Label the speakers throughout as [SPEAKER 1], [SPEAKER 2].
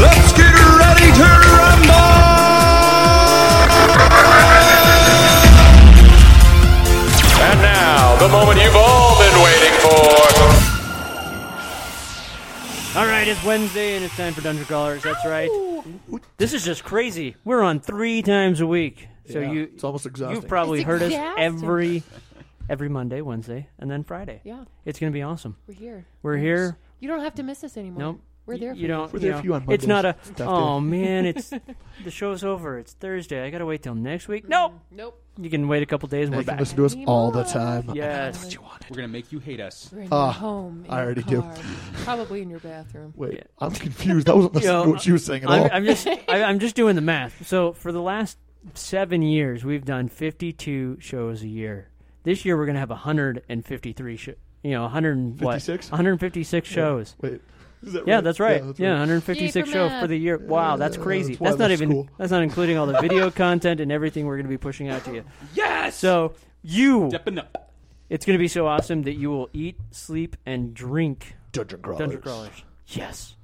[SPEAKER 1] Let's get ready to rumble!
[SPEAKER 2] And now, the moment you've all been waiting for.
[SPEAKER 3] All right, it's Wednesday and it's time for Dungeon Crawlers. That's right. This is just crazy. We're on three times a week, so you
[SPEAKER 4] it's almost exhausting.
[SPEAKER 3] you've probably
[SPEAKER 5] It's
[SPEAKER 3] heard us
[SPEAKER 5] exhausting.
[SPEAKER 3] every every Monday, Wednesday, and then Friday.
[SPEAKER 5] Yeah.
[SPEAKER 3] it's gonna be awesome.
[SPEAKER 5] We're here.
[SPEAKER 3] We're here.
[SPEAKER 5] You don't have to miss us anymore.
[SPEAKER 3] Nope.
[SPEAKER 5] We're there.
[SPEAKER 3] You
[SPEAKER 5] for
[SPEAKER 3] don't.
[SPEAKER 5] You.
[SPEAKER 3] you
[SPEAKER 4] there for
[SPEAKER 3] know,
[SPEAKER 4] you on
[SPEAKER 3] It's not a.
[SPEAKER 4] Mondays, Dr.
[SPEAKER 3] Oh man, it's the show's over. It's Thursday. I gotta wait till next week. No,
[SPEAKER 4] Mm,
[SPEAKER 5] Nope.
[SPEAKER 3] you can wait a couple days and
[SPEAKER 4] They
[SPEAKER 3] we're
[SPEAKER 4] can
[SPEAKER 3] back.
[SPEAKER 4] listen to us all the time. Ah,
[SPEAKER 3] Yes.
[SPEAKER 1] We're gonna make you hate us.
[SPEAKER 5] We're in your home. In
[SPEAKER 4] I
[SPEAKER 5] your
[SPEAKER 4] already do.
[SPEAKER 5] car, Probably in your bathroom.
[SPEAKER 4] Wait, I'm confused. I wasn't listening
[SPEAKER 3] Yo,
[SPEAKER 4] to what she was saying at all.
[SPEAKER 3] I'm, I'm just I, I'm just doing the math. So for the last seven years, we've done 52 shows a year. This year, we're going to have 153. Sh- you know, 100 and what?
[SPEAKER 4] 56?
[SPEAKER 3] 156 shows.
[SPEAKER 4] Wait, is that
[SPEAKER 3] Yeah, that's right. Yeah,
[SPEAKER 5] Yay
[SPEAKER 3] 156
[SPEAKER 5] for
[SPEAKER 3] shows
[SPEAKER 5] math.
[SPEAKER 3] for the year. Wow, that's crazy.
[SPEAKER 4] that's why
[SPEAKER 3] That's, not
[SPEAKER 4] I left
[SPEAKER 3] even
[SPEAKER 4] school.
[SPEAKER 3] that's not including all the video content and everything we're going to be pushing out to you. Yes. So you,
[SPEAKER 1] Stepping up.
[SPEAKER 3] it's going to be so awesome that you will eat, sleep, and drink
[SPEAKER 4] Dungeon crawlers.
[SPEAKER 3] Dungeon crawlers. Yes.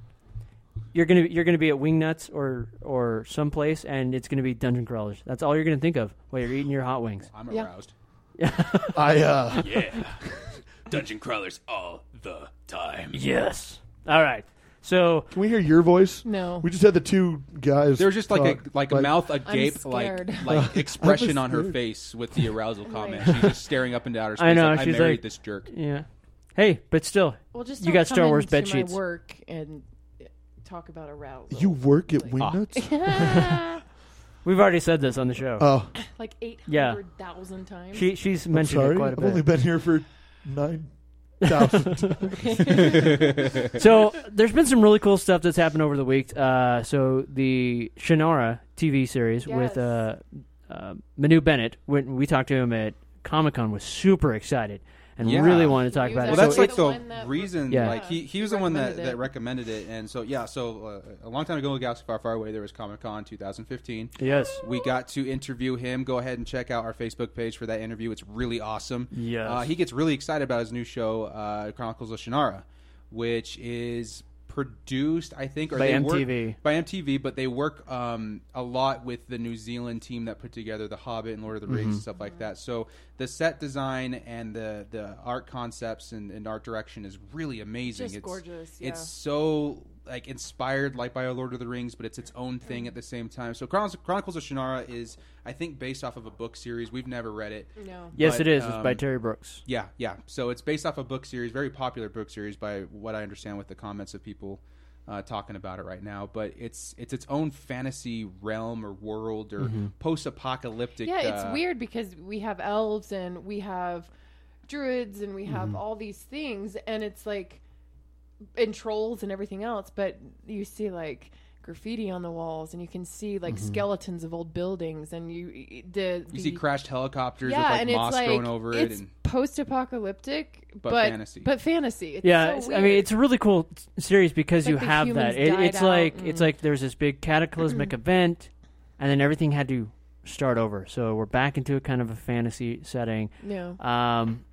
[SPEAKER 3] You're gonna you're gonna be at Wingnuts or or someplace, and it's gonna be dungeon crawlers. That's all you're gonna think of while you're eating your hot wings.
[SPEAKER 1] I'm
[SPEAKER 5] Yeah.
[SPEAKER 1] aroused.
[SPEAKER 4] I uh,
[SPEAKER 1] Dungeon crawlers all the time.
[SPEAKER 3] Yes. All right. So
[SPEAKER 4] can we hear your voice?
[SPEAKER 5] No.
[SPEAKER 4] We just had the two guys.
[SPEAKER 1] There was just like a
[SPEAKER 4] talk,
[SPEAKER 1] like a mouth agape, like
[SPEAKER 5] scared.
[SPEAKER 1] like expression on her
[SPEAKER 4] scared.
[SPEAKER 1] face with the arousal comment. She's just staring up into outer space.
[SPEAKER 3] I know,
[SPEAKER 1] Like, I
[SPEAKER 3] she's
[SPEAKER 1] married
[SPEAKER 3] like-
[SPEAKER 1] this jerk.
[SPEAKER 3] yeah. Hey, but still,
[SPEAKER 5] Well, just
[SPEAKER 3] you
[SPEAKER 5] don't
[SPEAKER 3] got
[SPEAKER 5] come
[SPEAKER 3] Star Wars
[SPEAKER 5] into
[SPEAKER 3] bed
[SPEAKER 5] my
[SPEAKER 3] sheets.
[SPEAKER 5] work and uh, talk about arousal.
[SPEAKER 4] You work at Wingnuts?
[SPEAKER 3] We've already said this on the show.
[SPEAKER 4] Oh,
[SPEAKER 5] like eight
[SPEAKER 3] Yeah.
[SPEAKER 5] hundred thousand times.
[SPEAKER 3] she she's
[SPEAKER 4] I'm
[SPEAKER 3] mentioned it
[SPEAKER 4] sorry.
[SPEAKER 3] quite a
[SPEAKER 4] I've
[SPEAKER 3] bit.
[SPEAKER 4] only been here for nine thousand.
[SPEAKER 3] so there's been some really cool stuff that's happened over the week. Uh, so the Shannara TV series with
[SPEAKER 5] Yes.
[SPEAKER 3] uh, uh, Manu Bennett, when we talked to him at Comic Con, was super excited and
[SPEAKER 1] Yeah.
[SPEAKER 3] really wanted to talk
[SPEAKER 5] He
[SPEAKER 3] about
[SPEAKER 5] was
[SPEAKER 3] it.
[SPEAKER 1] Well,
[SPEAKER 5] So
[SPEAKER 1] that's
[SPEAKER 5] it's
[SPEAKER 1] like
[SPEAKER 5] the
[SPEAKER 1] the,
[SPEAKER 5] one that-
[SPEAKER 1] reason.
[SPEAKER 3] Yeah.
[SPEAKER 1] Like he, he was the one that, that recommended it, and so yeah. So uh, a long time ago, in Galaxy Far Far Away, there was Comic Con 2015.
[SPEAKER 3] yes,
[SPEAKER 1] We got to interview him. Go ahead and check out our Facebook page for that interview. It's really awesome.
[SPEAKER 3] Yes.
[SPEAKER 1] Uh, he gets really excited about his new show, uh, Chronicles of Shannara, which is produced, I think, or
[SPEAKER 3] By
[SPEAKER 1] they
[SPEAKER 3] MTV.
[SPEAKER 1] Work, by MTV, but they work um, a lot with the New Zealand team that put together The Hobbit and Lord of the
[SPEAKER 3] Mm-hmm.
[SPEAKER 1] Rings and stuff like that. So the set design and the, the art concepts and, and art direction is really amazing.
[SPEAKER 5] Just
[SPEAKER 1] it's
[SPEAKER 5] gorgeous, yeah.
[SPEAKER 1] It's so like inspired like by Lord of the Rings, but it's its own thing at the same time. So Chronicles, Chronicles of Shannara is, I think, based off of a book series. We've never read it.
[SPEAKER 5] no.
[SPEAKER 3] yes,
[SPEAKER 1] but,
[SPEAKER 3] it is. it's by
[SPEAKER 1] um,
[SPEAKER 3] Terry Brooks.
[SPEAKER 1] Yeah, yeah. So it's based off a book series, very popular book series, by what I understand with the comments of people uh, talking about it right now. But it's it's its own fantasy realm or world or post-apocalyptic.
[SPEAKER 5] Yeah, it's
[SPEAKER 1] uh,
[SPEAKER 5] weird because we have elves and we have druids and we have
[SPEAKER 1] Mm-hmm.
[SPEAKER 5] all these things, and it's like and trolls and everything else. But you see like graffiti on the walls, and you can see like skeletons of old buildings, and you the,
[SPEAKER 1] Mm-hmm. You see
[SPEAKER 5] the-
[SPEAKER 1] crashed helicopters
[SPEAKER 5] yeah,
[SPEAKER 1] with like
[SPEAKER 5] and
[SPEAKER 1] moss
[SPEAKER 5] it's like
[SPEAKER 1] thrown over it,
[SPEAKER 5] it's
[SPEAKER 1] and
[SPEAKER 5] post-apocalyptic, but,
[SPEAKER 1] fantasy.
[SPEAKER 5] but fantasy. It's so
[SPEAKER 3] Yeah, it's- I mean
[SPEAKER 5] weird.
[SPEAKER 3] it's a really cool s- series because
[SPEAKER 5] Like
[SPEAKER 3] you
[SPEAKER 5] the
[SPEAKER 3] have that.
[SPEAKER 5] humans
[SPEAKER 3] It,
[SPEAKER 5] died
[SPEAKER 3] it's
[SPEAKER 5] out Mm.
[SPEAKER 3] like
[SPEAKER 5] and-
[SPEAKER 3] it's like there's this big cataclysmic event, and then everything had to start over. So we're back into a kind of a fantasy setting.
[SPEAKER 5] no.
[SPEAKER 3] Um,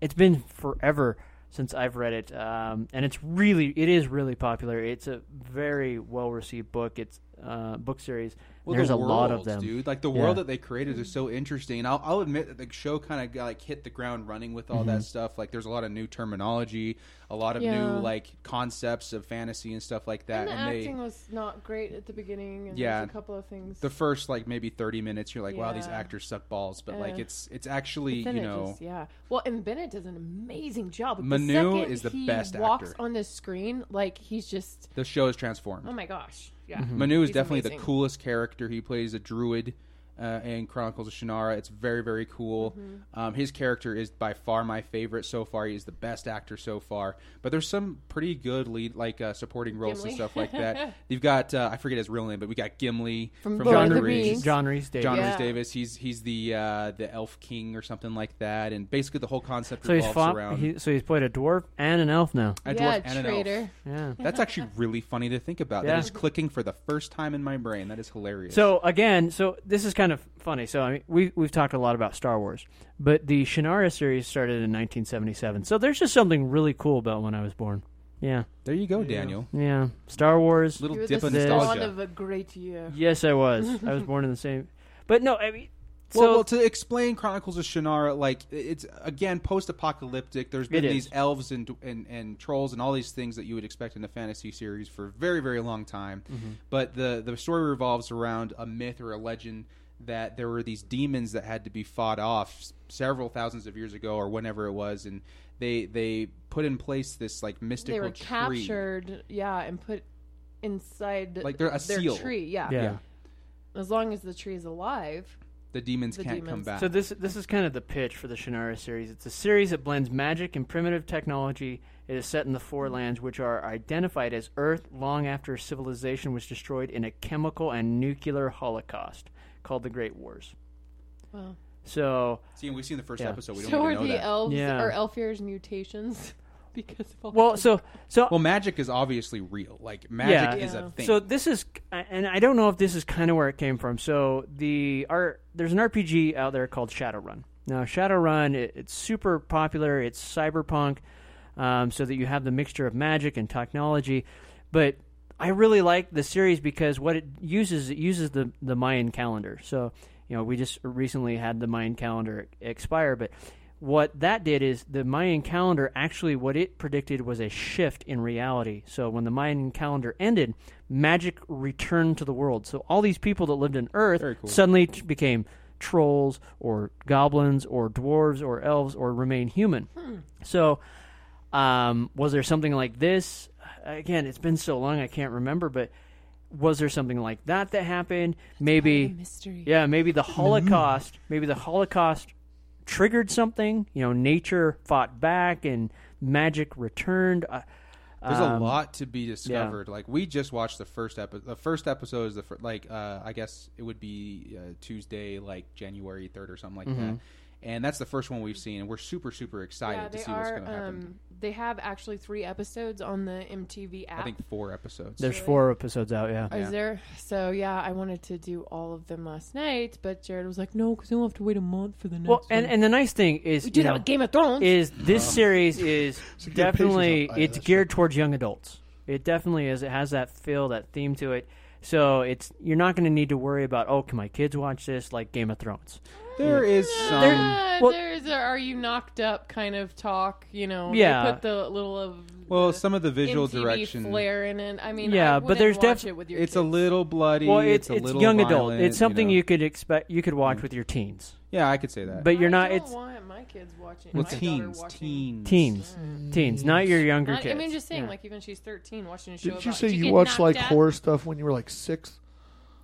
[SPEAKER 3] it's been forever since I've read it, um, and it's really it is really popular. It's a very well received book. It's uh, book series.
[SPEAKER 1] Well,
[SPEAKER 3] There's
[SPEAKER 1] the
[SPEAKER 3] a lot of
[SPEAKER 1] worlds,
[SPEAKER 3] them.
[SPEAKER 1] dude. Like the world
[SPEAKER 3] Yeah.
[SPEAKER 1] that they created is so interesting. And I'll, I'll admit that the show kind of like hit the ground running with all
[SPEAKER 3] Mm-hmm.
[SPEAKER 1] that stuff. Like there's a lot of new terminology, a lot of
[SPEAKER 5] Yeah.
[SPEAKER 1] new like concepts of fantasy and stuff like
[SPEAKER 5] and
[SPEAKER 1] that.
[SPEAKER 5] the
[SPEAKER 1] they-
[SPEAKER 5] acting was not great at the beginning, and
[SPEAKER 1] Yeah.
[SPEAKER 5] there's a couple of things.
[SPEAKER 1] the first like maybe 30 minutes you're like wow these
[SPEAKER 5] Yeah.
[SPEAKER 1] actors suck balls but like
[SPEAKER 5] Uh,
[SPEAKER 1] it's it's actually
[SPEAKER 5] Then
[SPEAKER 1] you
[SPEAKER 5] it
[SPEAKER 1] know
[SPEAKER 5] just- yeah. Well, and Bennett does an amazing job. Like,
[SPEAKER 1] Manu
[SPEAKER 5] the second
[SPEAKER 1] is the
[SPEAKER 5] he
[SPEAKER 1] best
[SPEAKER 5] walks
[SPEAKER 1] actor.
[SPEAKER 5] on the screen like he's just
[SPEAKER 1] the show is transformed
[SPEAKER 5] oh my gosh, yeah.
[SPEAKER 1] manu is
[SPEAKER 5] He's
[SPEAKER 1] definitely
[SPEAKER 5] amazing.
[SPEAKER 1] the coolest character he plays a druid uh, in Chronicles of Shannara. It's very very cool.
[SPEAKER 5] Mm-hmm.
[SPEAKER 1] Um, his character is by far my favorite so far. He's the best actor so far. But there's some pretty good lead like uh, supporting roles and
[SPEAKER 5] Gimli.
[SPEAKER 1] stuff like that. You've got uh, I forget his real name, but we got Gimli
[SPEAKER 5] From Lord
[SPEAKER 3] John
[SPEAKER 5] of the
[SPEAKER 1] Reese.
[SPEAKER 3] Reese,
[SPEAKER 5] Rings.
[SPEAKER 3] John Reese, Davis.
[SPEAKER 1] John
[SPEAKER 5] Yeah.
[SPEAKER 1] Rhys Davis. He's he's the uh, the elf king or something like that, and basically the whole concept
[SPEAKER 3] So he's
[SPEAKER 1] revolves
[SPEAKER 3] fought,
[SPEAKER 1] around
[SPEAKER 3] he, so he's played a dwarf and an elf now.
[SPEAKER 1] a dwarf
[SPEAKER 5] yeah,
[SPEAKER 1] and an elf.
[SPEAKER 5] traitor.
[SPEAKER 3] Yeah.
[SPEAKER 1] That's actually really funny to think about.
[SPEAKER 3] Yeah.
[SPEAKER 1] That is clicking for the first time in my brain. That is hilarious.
[SPEAKER 3] So again, so this is kind of funny. So I mean, we we've talked a lot about Star Wars, but the Shannara series started in 1977. So there's just something really cool about when I was born. Yeah,
[SPEAKER 1] there you go, Daniel.
[SPEAKER 3] yeah. Star Wars.
[SPEAKER 1] Little
[SPEAKER 5] You were
[SPEAKER 1] dip
[SPEAKER 5] the
[SPEAKER 1] of
[SPEAKER 3] This-
[SPEAKER 5] spawn
[SPEAKER 1] nostalgia.
[SPEAKER 5] of a great year.
[SPEAKER 3] Yes, I was. I was born in the same. But no, I mean, so
[SPEAKER 1] well, well, to explain Chronicles of Shannara, like it's again post-apocalyptic. There's been
[SPEAKER 3] It is.
[SPEAKER 1] these elves and, and and trolls and all these things that you would expect in a fantasy series for a very very long time. But the the story revolves around a myth or a legend that there were these demons that had to be fought off s- several thousands of years ago or whenever it was, and they they put in place this like mystical
[SPEAKER 5] They were
[SPEAKER 1] tree.
[SPEAKER 5] captured, yeah, and put inside
[SPEAKER 1] Like they're a
[SPEAKER 5] their
[SPEAKER 1] seal.
[SPEAKER 5] tree. Yeah.
[SPEAKER 3] yeah.
[SPEAKER 1] yeah.
[SPEAKER 5] As long as the tree is alive.
[SPEAKER 1] The demons
[SPEAKER 5] The
[SPEAKER 1] can't come
[SPEAKER 5] demons.
[SPEAKER 1] back.
[SPEAKER 3] So this this is kind of the pitch for the Shannara series. It's a series that blends magic and primitive technology. It is set in the Four Lands, which are identified as Earth long after civilization was destroyed in a chemical and nuclear holocaust called the Great Wars.
[SPEAKER 5] Wow.
[SPEAKER 3] So,
[SPEAKER 1] See, we've seen the first
[SPEAKER 3] Yeah.
[SPEAKER 1] episode. We don't
[SPEAKER 5] So
[SPEAKER 1] even
[SPEAKER 5] are
[SPEAKER 1] know
[SPEAKER 5] the
[SPEAKER 1] that.
[SPEAKER 5] elves
[SPEAKER 3] Yeah.
[SPEAKER 5] or elf ears mutations because of all
[SPEAKER 3] well,
[SPEAKER 5] the-
[SPEAKER 3] so so
[SPEAKER 1] well, magic is obviously real. Like magic
[SPEAKER 3] Yeah.
[SPEAKER 1] is
[SPEAKER 5] Yeah.
[SPEAKER 1] a thing.
[SPEAKER 3] So this is, and I don't know if this is kind of where it came from. So the art, there's an RPG out there called Shadowrun. Now Shadowrun, it, it's super popular. It's cyberpunk, um, so that you have the mixture of magic and technology. But I really like the series because what it uses, it uses the the Mayan calendar. So you know, we just recently had the Mayan calendar expire, but what that did is the Mayan calendar actually what it predicted was a shift in reality. So when the Mayan calendar ended, magic returned to the world. So all these people that lived in Earth suddenly t- became trolls or goblins or dwarves or elves or remain human. So um, was there something like this? Again, it's been so long I can't remember, but was there something like that that happened? Maybe
[SPEAKER 5] mystery.
[SPEAKER 3] yeah, maybe the Holocaust, maybe the Holocaust triggered something. You know, nature fought back and magic returned. Uh,
[SPEAKER 1] There's a lot to be discovered. Like we just watched the first episode. The first episode is the fir- like uh, I guess it would be uh, Tuesday, like January third or something like
[SPEAKER 3] Mm-hmm.
[SPEAKER 1] that. And that's the first one we've seen, and we're super super excited
[SPEAKER 5] yeah,
[SPEAKER 1] to
[SPEAKER 5] they
[SPEAKER 1] see what's
[SPEAKER 5] are.
[SPEAKER 1] going to happen.
[SPEAKER 5] Um, they have actually three episodes on the MTV app.
[SPEAKER 1] I think four episodes.
[SPEAKER 3] there's four episodes out. Yeah,
[SPEAKER 5] Is there? So yeah, I wanted to do all of them last night, but Jared was like, "No, because you'll have to wait a month for the next
[SPEAKER 3] well,
[SPEAKER 5] one."
[SPEAKER 3] and and the nice thing is,
[SPEAKER 5] we do
[SPEAKER 3] you
[SPEAKER 5] that
[SPEAKER 3] know,
[SPEAKER 5] with Game of Thrones.
[SPEAKER 3] is this series is
[SPEAKER 4] get
[SPEAKER 3] definitely
[SPEAKER 4] pictures of- oh, yeah,
[SPEAKER 3] it's
[SPEAKER 4] that's
[SPEAKER 3] geared towards young adults. It definitely is. It has that feel, that theme to it. So it's you're not going to need to worry about oh, can my kids watch this like Game of Thrones?
[SPEAKER 1] There is some.
[SPEAKER 5] Uh,
[SPEAKER 3] well-
[SPEAKER 5] there's a, are you knocked up kind of talk, you know? they
[SPEAKER 3] Yeah.
[SPEAKER 5] put the little of
[SPEAKER 1] well,
[SPEAKER 5] the
[SPEAKER 1] some of the visual
[SPEAKER 5] MTV
[SPEAKER 1] direction.
[SPEAKER 5] flair in it. I mean,
[SPEAKER 3] Yeah,
[SPEAKER 5] I
[SPEAKER 3] but
[SPEAKER 5] wouldn't
[SPEAKER 3] there's
[SPEAKER 5] watch
[SPEAKER 3] def-
[SPEAKER 5] it with your
[SPEAKER 1] It's a
[SPEAKER 5] kids.
[SPEAKER 1] little bloody.
[SPEAKER 3] Well, it's
[SPEAKER 1] it's, a
[SPEAKER 3] it's
[SPEAKER 1] little
[SPEAKER 3] young adult.
[SPEAKER 1] violent,
[SPEAKER 3] It's something
[SPEAKER 1] you, know. Mm.
[SPEAKER 3] you could expect you could watch with your teens.
[SPEAKER 1] Yeah, I could say that.
[SPEAKER 3] But
[SPEAKER 5] I
[SPEAKER 3] you're not.
[SPEAKER 5] don't
[SPEAKER 3] It's
[SPEAKER 5] want my kids watching.
[SPEAKER 1] well,
[SPEAKER 5] my daughter
[SPEAKER 1] teens,
[SPEAKER 5] watching-
[SPEAKER 1] teens,
[SPEAKER 3] teens, teens, not your younger
[SPEAKER 5] Mm. Not- I
[SPEAKER 3] kids.
[SPEAKER 5] mean, just saying,
[SPEAKER 3] Yeah.
[SPEAKER 5] like even she's 13, watching a show.
[SPEAKER 4] Did you
[SPEAKER 5] about-
[SPEAKER 4] say
[SPEAKER 5] she
[SPEAKER 4] you
[SPEAKER 5] get
[SPEAKER 4] watched like
[SPEAKER 5] knocked up?
[SPEAKER 4] horror stuff when you were like six?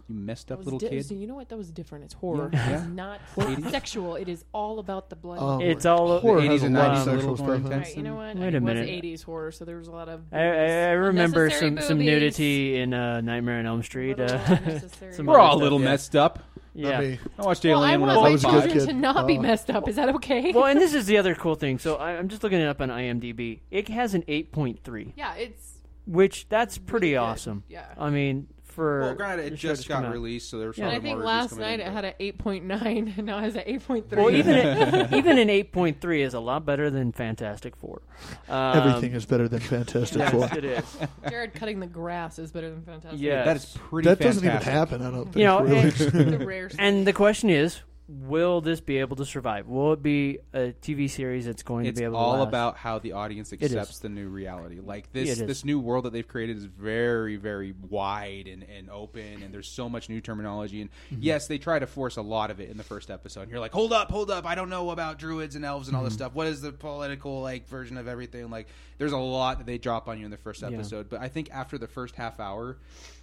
[SPEAKER 1] You messed
[SPEAKER 5] That
[SPEAKER 1] up
[SPEAKER 5] was
[SPEAKER 1] little
[SPEAKER 5] di-
[SPEAKER 1] kid.
[SPEAKER 5] so you know what? That was different. It's horror.
[SPEAKER 1] Yeah.
[SPEAKER 5] It's not
[SPEAKER 1] Katie?
[SPEAKER 5] sexual. It is all about the blood.
[SPEAKER 4] Um,
[SPEAKER 3] It's all-
[SPEAKER 4] horror
[SPEAKER 1] The
[SPEAKER 4] has
[SPEAKER 1] 80s
[SPEAKER 4] a
[SPEAKER 1] and
[SPEAKER 4] lot
[SPEAKER 1] 90s
[SPEAKER 4] of
[SPEAKER 1] are a
[SPEAKER 4] sexual
[SPEAKER 1] little
[SPEAKER 4] stuff. in it.
[SPEAKER 1] more
[SPEAKER 5] All
[SPEAKER 1] intense.
[SPEAKER 5] right, you know what?
[SPEAKER 3] Wait a
[SPEAKER 5] it
[SPEAKER 3] minute.
[SPEAKER 5] was 80s horror, so there was a lot of.
[SPEAKER 3] I, I, I remember
[SPEAKER 5] unnecessary
[SPEAKER 3] some, some
[SPEAKER 5] boobies.
[SPEAKER 3] nudity in uh, Nightmare on Elm Street.
[SPEAKER 5] Little
[SPEAKER 3] Uh,
[SPEAKER 5] unnecessary.
[SPEAKER 3] some
[SPEAKER 1] We're all a
[SPEAKER 3] other
[SPEAKER 1] little
[SPEAKER 3] stuff,
[SPEAKER 1] messed up.
[SPEAKER 3] yeah.
[SPEAKER 4] I
[SPEAKER 3] Yeah.
[SPEAKER 4] mean,
[SPEAKER 1] I watched
[SPEAKER 5] Well,
[SPEAKER 1] Alien
[SPEAKER 5] I
[SPEAKER 1] when
[SPEAKER 5] want
[SPEAKER 1] I was
[SPEAKER 4] my
[SPEAKER 1] like
[SPEAKER 4] was a
[SPEAKER 5] my
[SPEAKER 1] five.
[SPEAKER 4] good
[SPEAKER 5] children
[SPEAKER 4] kid.
[SPEAKER 5] to not be
[SPEAKER 1] Uh,
[SPEAKER 4] Oh.
[SPEAKER 5] messed up. Is that okay?
[SPEAKER 3] Well, and this is the other cool thing. So I, I'm just looking it up on IMDb. It has an 8.3,
[SPEAKER 5] yeah, it's
[SPEAKER 3] which that's pretty
[SPEAKER 5] good.
[SPEAKER 3] awesome.
[SPEAKER 5] Yeah.
[SPEAKER 3] I mean, for
[SPEAKER 1] Well, granted,
[SPEAKER 3] the
[SPEAKER 1] it
[SPEAKER 3] show
[SPEAKER 1] just
[SPEAKER 3] to come
[SPEAKER 1] got
[SPEAKER 3] out.
[SPEAKER 1] released, so there's.
[SPEAKER 3] Yeah.
[SPEAKER 1] probably
[SPEAKER 5] I think
[SPEAKER 1] more
[SPEAKER 5] last
[SPEAKER 1] reviews
[SPEAKER 5] night
[SPEAKER 1] coming
[SPEAKER 5] it
[SPEAKER 1] in,
[SPEAKER 5] had
[SPEAKER 1] but-
[SPEAKER 5] an 8.9, and now it has an 8.3.
[SPEAKER 3] Well, even a, even an 8.3 is a lot better than Fantastic Four. Um,
[SPEAKER 4] everything is better than Fantastic
[SPEAKER 3] yes,
[SPEAKER 4] Four.
[SPEAKER 3] it is.
[SPEAKER 5] Jared cutting the grass is better than Fantastic.
[SPEAKER 3] Yeah.
[SPEAKER 1] That is pretty.
[SPEAKER 4] That doesn't even
[SPEAKER 1] fantastic.
[SPEAKER 4] happen. I don't think.
[SPEAKER 3] You know,
[SPEAKER 4] really.
[SPEAKER 5] the rare.
[SPEAKER 3] And the question is, will this be able to survive? Will it be a TV series that's going
[SPEAKER 1] it's
[SPEAKER 3] to be able
[SPEAKER 1] all
[SPEAKER 3] to last?
[SPEAKER 1] about how the audience
[SPEAKER 3] is.
[SPEAKER 1] accepts the new reality like this
[SPEAKER 3] It is.
[SPEAKER 1] this new world that they've created is very very wide and, and open and there's so much new terminology and
[SPEAKER 3] Mm-hmm.
[SPEAKER 1] yes they try to force a lot of it in the first episode you're like hold up hold up i don't know about druids and elves and
[SPEAKER 3] Mm-hmm.
[SPEAKER 1] all this stuff what is the political like version of everything like there's a lot that they drop on you in the first episode but i think after the first half hour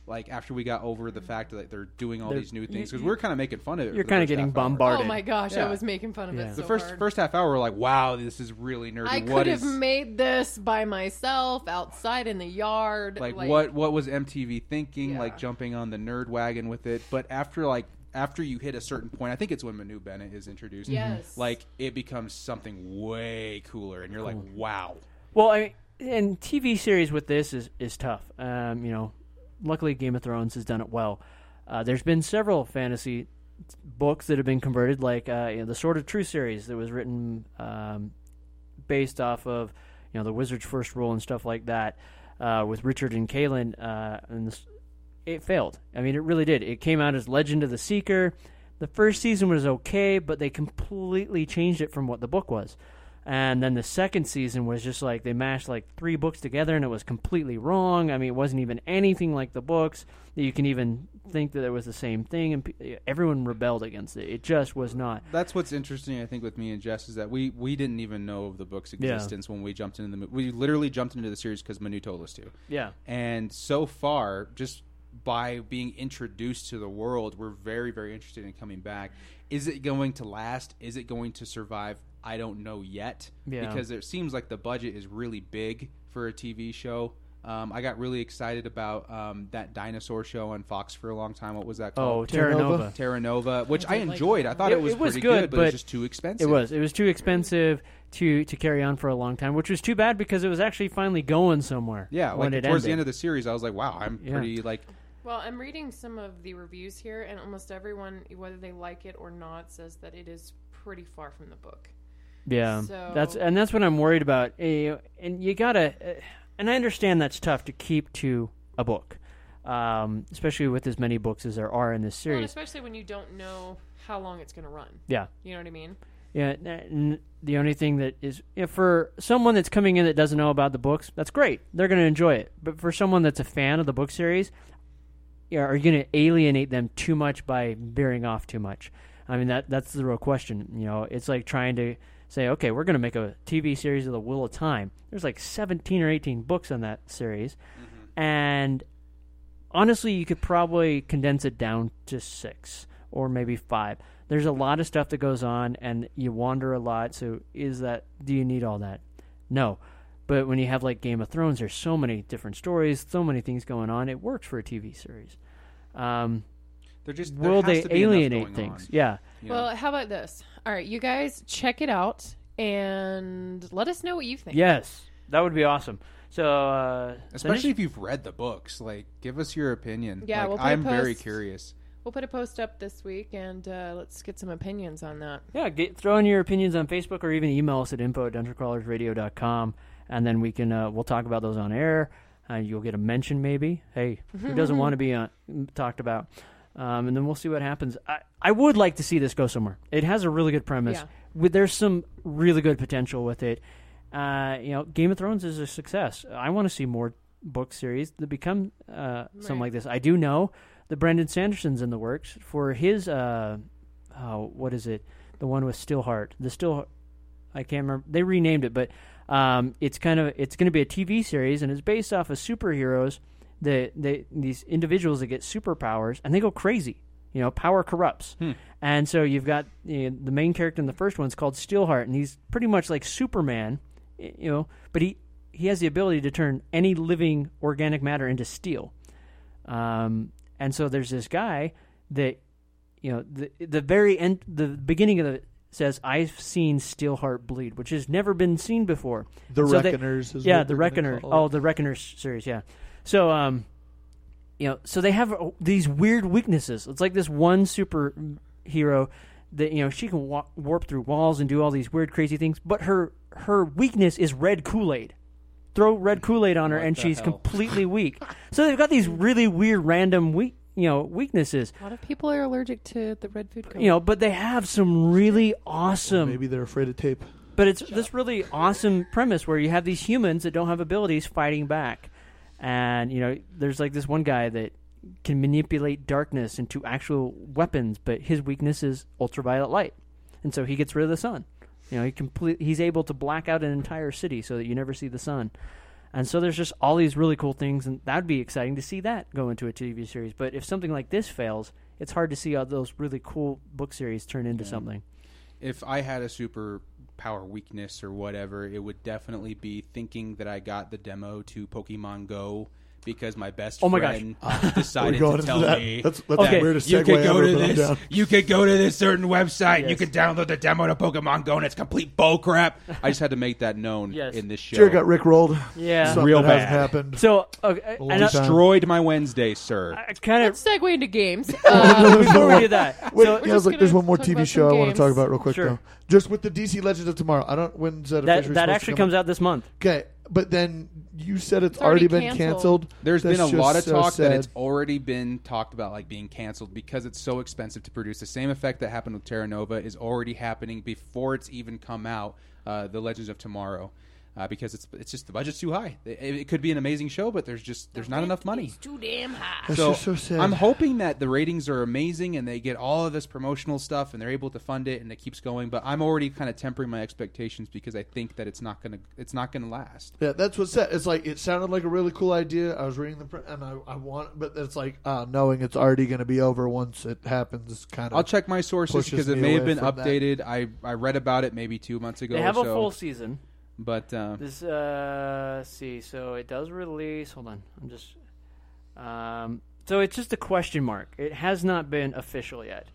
[SPEAKER 1] like after we got over the fact that they're doing all
[SPEAKER 3] They're-
[SPEAKER 1] these new things because we're kind of making fun of it
[SPEAKER 3] You're
[SPEAKER 1] kind of
[SPEAKER 3] getting
[SPEAKER 5] Oh
[SPEAKER 3] bombarded.
[SPEAKER 5] my gosh,
[SPEAKER 1] Yeah.
[SPEAKER 5] I was making fun of
[SPEAKER 3] Yeah.
[SPEAKER 5] it.
[SPEAKER 1] the
[SPEAKER 5] so
[SPEAKER 1] first
[SPEAKER 5] hard.
[SPEAKER 1] first half hour we're like wow this is really nerdy
[SPEAKER 5] I
[SPEAKER 1] What
[SPEAKER 5] could have
[SPEAKER 1] is-
[SPEAKER 5] made this by myself outside in the yard.
[SPEAKER 1] like, what what was MTV thinking like
[SPEAKER 5] Yeah.
[SPEAKER 1] jumping on the nerd wagon with it but after like after you hit a certain point I think it's when Manu Bennett is introduced
[SPEAKER 5] Yes.
[SPEAKER 1] like it becomes something way cooler and you're like wow
[SPEAKER 3] Well, I and TV series with this is is tough. Um, you know, luckily Game of Thrones has done it well. Uh, there's been several fantasy books that have been converted, like uh, you know, the Sword of Truth series that was written um, based off of you know the Wizard's First Rule and stuff like that uh, with Richard and Kalen. Uh, and this, it failed. I mean, it really did. It came out as Legend of the Seeker. The first season was okay, but they completely changed it from what the book was. And then the second season was just like they mashed like three books together and it was completely wrong. I mean, it wasn't even anything like the books that you can even think that it was the same thing. And pe- everyone rebelled against it. It just was not.
[SPEAKER 1] that's what's interesting I think with me and Jess is that we we didn't even know of the book's
[SPEAKER 3] Yeah.
[SPEAKER 1] existence when we jumped into the movie we literally jumped into the series because Manu told us to
[SPEAKER 3] Yeah.
[SPEAKER 1] And so far, just by being introduced to the world, we're very, very interested in coming back. Is it going to last? Is it going to survive? I don't know yet.
[SPEAKER 3] Yeah.
[SPEAKER 1] Because it seems like the budget is really big for a TV show. Um, I got really excited about um, that dinosaur show on Fox for a long time. What was that
[SPEAKER 3] Oh,
[SPEAKER 1] called?
[SPEAKER 3] Terra
[SPEAKER 4] Terra Nova?
[SPEAKER 3] Nova.
[SPEAKER 1] Terra Nova, which I, enjoyed. I thought
[SPEAKER 3] It-
[SPEAKER 1] it, was
[SPEAKER 3] it was
[SPEAKER 1] pretty
[SPEAKER 3] good,
[SPEAKER 1] but, it
[SPEAKER 3] but
[SPEAKER 1] was just too expensive.
[SPEAKER 3] It was. It was too expensive to to carry on for a long time, which was too bad because it was actually finally going somewhere.
[SPEAKER 1] Yeah,
[SPEAKER 3] when
[SPEAKER 1] like
[SPEAKER 3] it ended.
[SPEAKER 1] towards the end of the series, I was like, "Wow, I'm
[SPEAKER 3] Yeah.
[SPEAKER 1] pretty like
[SPEAKER 5] Well, I'm reading some of the reviews here, and almost everyone, whether they like it or not, says that it is pretty far from the book.
[SPEAKER 3] Yeah,
[SPEAKER 5] So-
[SPEAKER 3] that's and that's what I'm worried about. Eh, And you gotta, eh, and I understand that's tough to keep to a book, um, especially with as many books as there are in this
[SPEAKER 5] Well, and
[SPEAKER 3] series.
[SPEAKER 5] especially when you don't know how long it's going to run.
[SPEAKER 3] Yeah,
[SPEAKER 5] You know what I mean?
[SPEAKER 3] yeah. n- n- The only thing that is if for someone that's coming in that doesn't know about the books, that's great. They're gonna enjoy it. But for someone that's a fan of the book series, yeah, are you gonna alienate them too much by veering off too much? I mean that that's the real question. You know, it's like trying to say, okay, we're going to make a TV series of the Wheel of Time. There's like 17 or 18 books on that series, and honestly, you could probably condense it down to six or maybe five. There's a lot of stuff that goes on, and you wander a lot. So, is that do you need all that? No. But when you have like Game of Thrones, there's so many different stories, so many things going on. It works for a TV series. Um,
[SPEAKER 1] they're just there
[SPEAKER 3] will
[SPEAKER 1] has
[SPEAKER 3] they
[SPEAKER 1] to be enough
[SPEAKER 3] alienate
[SPEAKER 1] going
[SPEAKER 3] things?
[SPEAKER 1] on.
[SPEAKER 3] Yeah.
[SPEAKER 1] Yeah.
[SPEAKER 5] Well, how about this? All right, you guys check it out and let us know what you think.
[SPEAKER 3] Yes, that would be awesome. So, uh,
[SPEAKER 1] especially if you've read the books like give us your opinion
[SPEAKER 5] Yeah,
[SPEAKER 1] like,
[SPEAKER 5] we'll put a
[SPEAKER 1] i'm very
[SPEAKER 5] post.
[SPEAKER 1] curious
[SPEAKER 5] We'll put a post up this week, and uh, let's get some opinions on that.
[SPEAKER 3] Yeah, get, throw in your opinions on Facebook or even email us at info at dungeoncrawlersradio.com, and then we can uh, we'll talk about those on air. Uh, you'll get a mention maybe. Hey, who doesn't want to be on, talked about? Um, and then we'll see what happens. I, I would like to see this go somewhere. It has a really good premise.
[SPEAKER 5] Yeah.
[SPEAKER 3] With, there's some really good potential with it. Uh, you know, Game of Thrones is a success. I want to see more book series that become uh, something
[SPEAKER 5] Right.
[SPEAKER 3] like this. I do know that Brandon Sanderson's in the works for his uh, oh, what is it? The one with Steelheart. The Steel, I can't remember. They renamed it, but um, it's kind of it's going to be a TV series, and it's based off of superheroes. That they these individuals that get superpowers and they go crazy. You know, power corrupts, and so you've got you know, the main character in the first one's called Steelheart, and he's pretty much like Superman. y- You know, but he he has the ability to turn any living organic matter into steel. Um, and so there's this guy that you know the the very end the beginning of it says I've seen Steelheart bleed, which has never been seen before.
[SPEAKER 4] The
[SPEAKER 3] So they-
[SPEAKER 4] Reckoners is
[SPEAKER 3] yeah,
[SPEAKER 4] what
[SPEAKER 3] the
[SPEAKER 4] they're gonna
[SPEAKER 3] Reckoner.
[SPEAKER 4] call it.
[SPEAKER 3] Oh, the Reckoner s- series. Yeah. So um, you know, so they have uh, these weird weaknesses. It's like this one superhero that you know she can wa- warp through walls and do all these weird crazy things, but her her weakness is red Kool Aid. Throw red Kool Aid on her, and
[SPEAKER 1] Mm. the
[SPEAKER 3] she's
[SPEAKER 1] hell?
[SPEAKER 3] completely weak. so they've got these really weird, random weak you know weaknesses.
[SPEAKER 5] A lot of people are allergic to the red food color.
[SPEAKER 3] You know, but they have some really awesome
[SPEAKER 4] Maybe they're afraid of tape.
[SPEAKER 3] But it's this really awesome premise where you have these humans that don't have abilities fighting back. And, you know, there's like this one guy that can manipulate darkness into actual weapons, but his weakness is ultraviolet light. And so he gets rid of the sun. You know, he complete, he's able to black out an entire city so that you never see the sun. And so there's just all these really cool things, and that'd be exciting to see that go into a TV series. But if something like this fails, it's hard to see all those really cool book series turn into something.
[SPEAKER 1] if I had a superpower weakness or whatever, it would definitely be thinking that I got the demo to Pokemon Go because my best
[SPEAKER 3] Oh my gosh.
[SPEAKER 1] friend decided
[SPEAKER 4] going
[SPEAKER 1] to
[SPEAKER 4] into
[SPEAKER 1] tell
[SPEAKER 4] that.
[SPEAKER 1] me
[SPEAKER 4] That's- that's the
[SPEAKER 1] that
[SPEAKER 4] weirdest
[SPEAKER 1] you
[SPEAKER 4] segue
[SPEAKER 1] could go
[SPEAKER 4] ever,
[SPEAKER 1] to
[SPEAKER 4] but I'm
[SPEAKER 1] this
[SPEAKER 4] down.
[SPEAKER 1] you could go to this certain website you can download the demo to Pokemon Go and it's complete bullcrap. I just had to make that known
[SPEAKER 3] Yes.
[SPEAKER 1] in this show.
[SPEAKER 4] Jared got Rick rolled.
[SPEAKER 3] Yeah.
[SPEAKER 4] Something
[SPEAKER 1] Real
[SPEAKER 4] that
[SPEAKER 1] bad.
[SPEAKER 4] hasn't happened.
[SPEAKER 3] So, okay,
[SPEAKER 4] long
[SPEAKER 3] and I-
[SPEAKER 4] time.
[SPEAKER 1] destroyed my Wednesday, sir.
[SPEAKER 3] I kind of
[SPEAKER 5] Let's segue into games. Uh,
[SPEAKER 3] before we do that,
[SPEAKER 4] Wait,
[SPEAKER 3] so
[SPEAKER 4] yeah, I was
[SPEAKER 5] just
[SPEAKER 4] like, there's
[SPEAKER 5] gonna
[SPEAKER 4] one more
[SPEAKER 5] talk
[SPEAKER 4] TV
[SPEAKER 5] about
[SPEAKER 4] show I
[SPEAKER 5] some
[SPEAKER 4] want to talk
[SPEAKER 5] games.
[SPEAKER 4] about real quick,
[SPEAKER 3] Sure.
[SPEAKER 4] though. Just with the DC Legends of Tomorrow. I don't. When's that?
[SPEAKER 3] that
[SPEAKER 4] officially
[SPEAKER 3] that
[SPEAKER 4] supposed
[SPEAKER 3] actually
[SPEAKER 4] to come
[SPEAKER 3] comes out this month.
[SPEAKER 4] Okay, but then you said it's,
[SPEAKER 5] It's
[SPEAKER 4] already,
[SPEAKER 5] already
[SPEAKER 4] been
[SPEAKER 5] canceled.
[SPEAKER 4] canceled.
[SPEAKER 1] There's
[SPEAKER 4] That's
[SPEAKER 1] been a
[SPEAKER 4] just
[SPEAKER 1] lot of
[SPEAKER 4] so
[SPEAKER 1] talk
[SPEAKER 4] sad.
[SPEAKER 1] that it's already been talked about, like being canceled because it's so expensive to produce. The same effect that happened with Terra Nova is already happening before it's even come out. Uh, the Legends of Tomorrow, uh, because it's it's just the budget's too high. It, it could be an amazing show, but there's just there's not enough money.
[SPEAKER 4] That's
[SPEAKER 1] So,
[SPEAKER 4] just so sad.
[SPEAKER 1] I'm hoping that the ratings are amazing and they get all of this promotional stuff and they're able to fund it and it keeps going. But I'm already kind of tempering my expectations because I think that it's not gonna it's not gonna last.
[SPEAKER 4] Yeah, that's what's said. It's like it sounded like a really cool idea. I was reading the print, and I, I want, but it's like uh, knowing it's already going to be over once it happens. is Kind of.
[SPEAKER 1] I'll check my sources
[SPEAKER 4] pushes
[SPEAKER 1] because it
[SPEAKER 4] me
[SPEAKER 1] may have
[SPEAKER 4] away
[SPEAKER 1] been
[SPEAKER 4] from that.
[SPEAKER 1] updated. I, I read about it maybe two months ago.
[SPEAKER 3] They have
[SPEAKER 1] or
[SPEAKER 3] a
[SPEAKER 1] so,
[SPEAKER 3] full season.
[SPEAKER 1] but uh,
[SPEAKER 3] This uh, see, so it does release. Hold on, I'm just. Um, so it's just a question mark. It has not been official yet.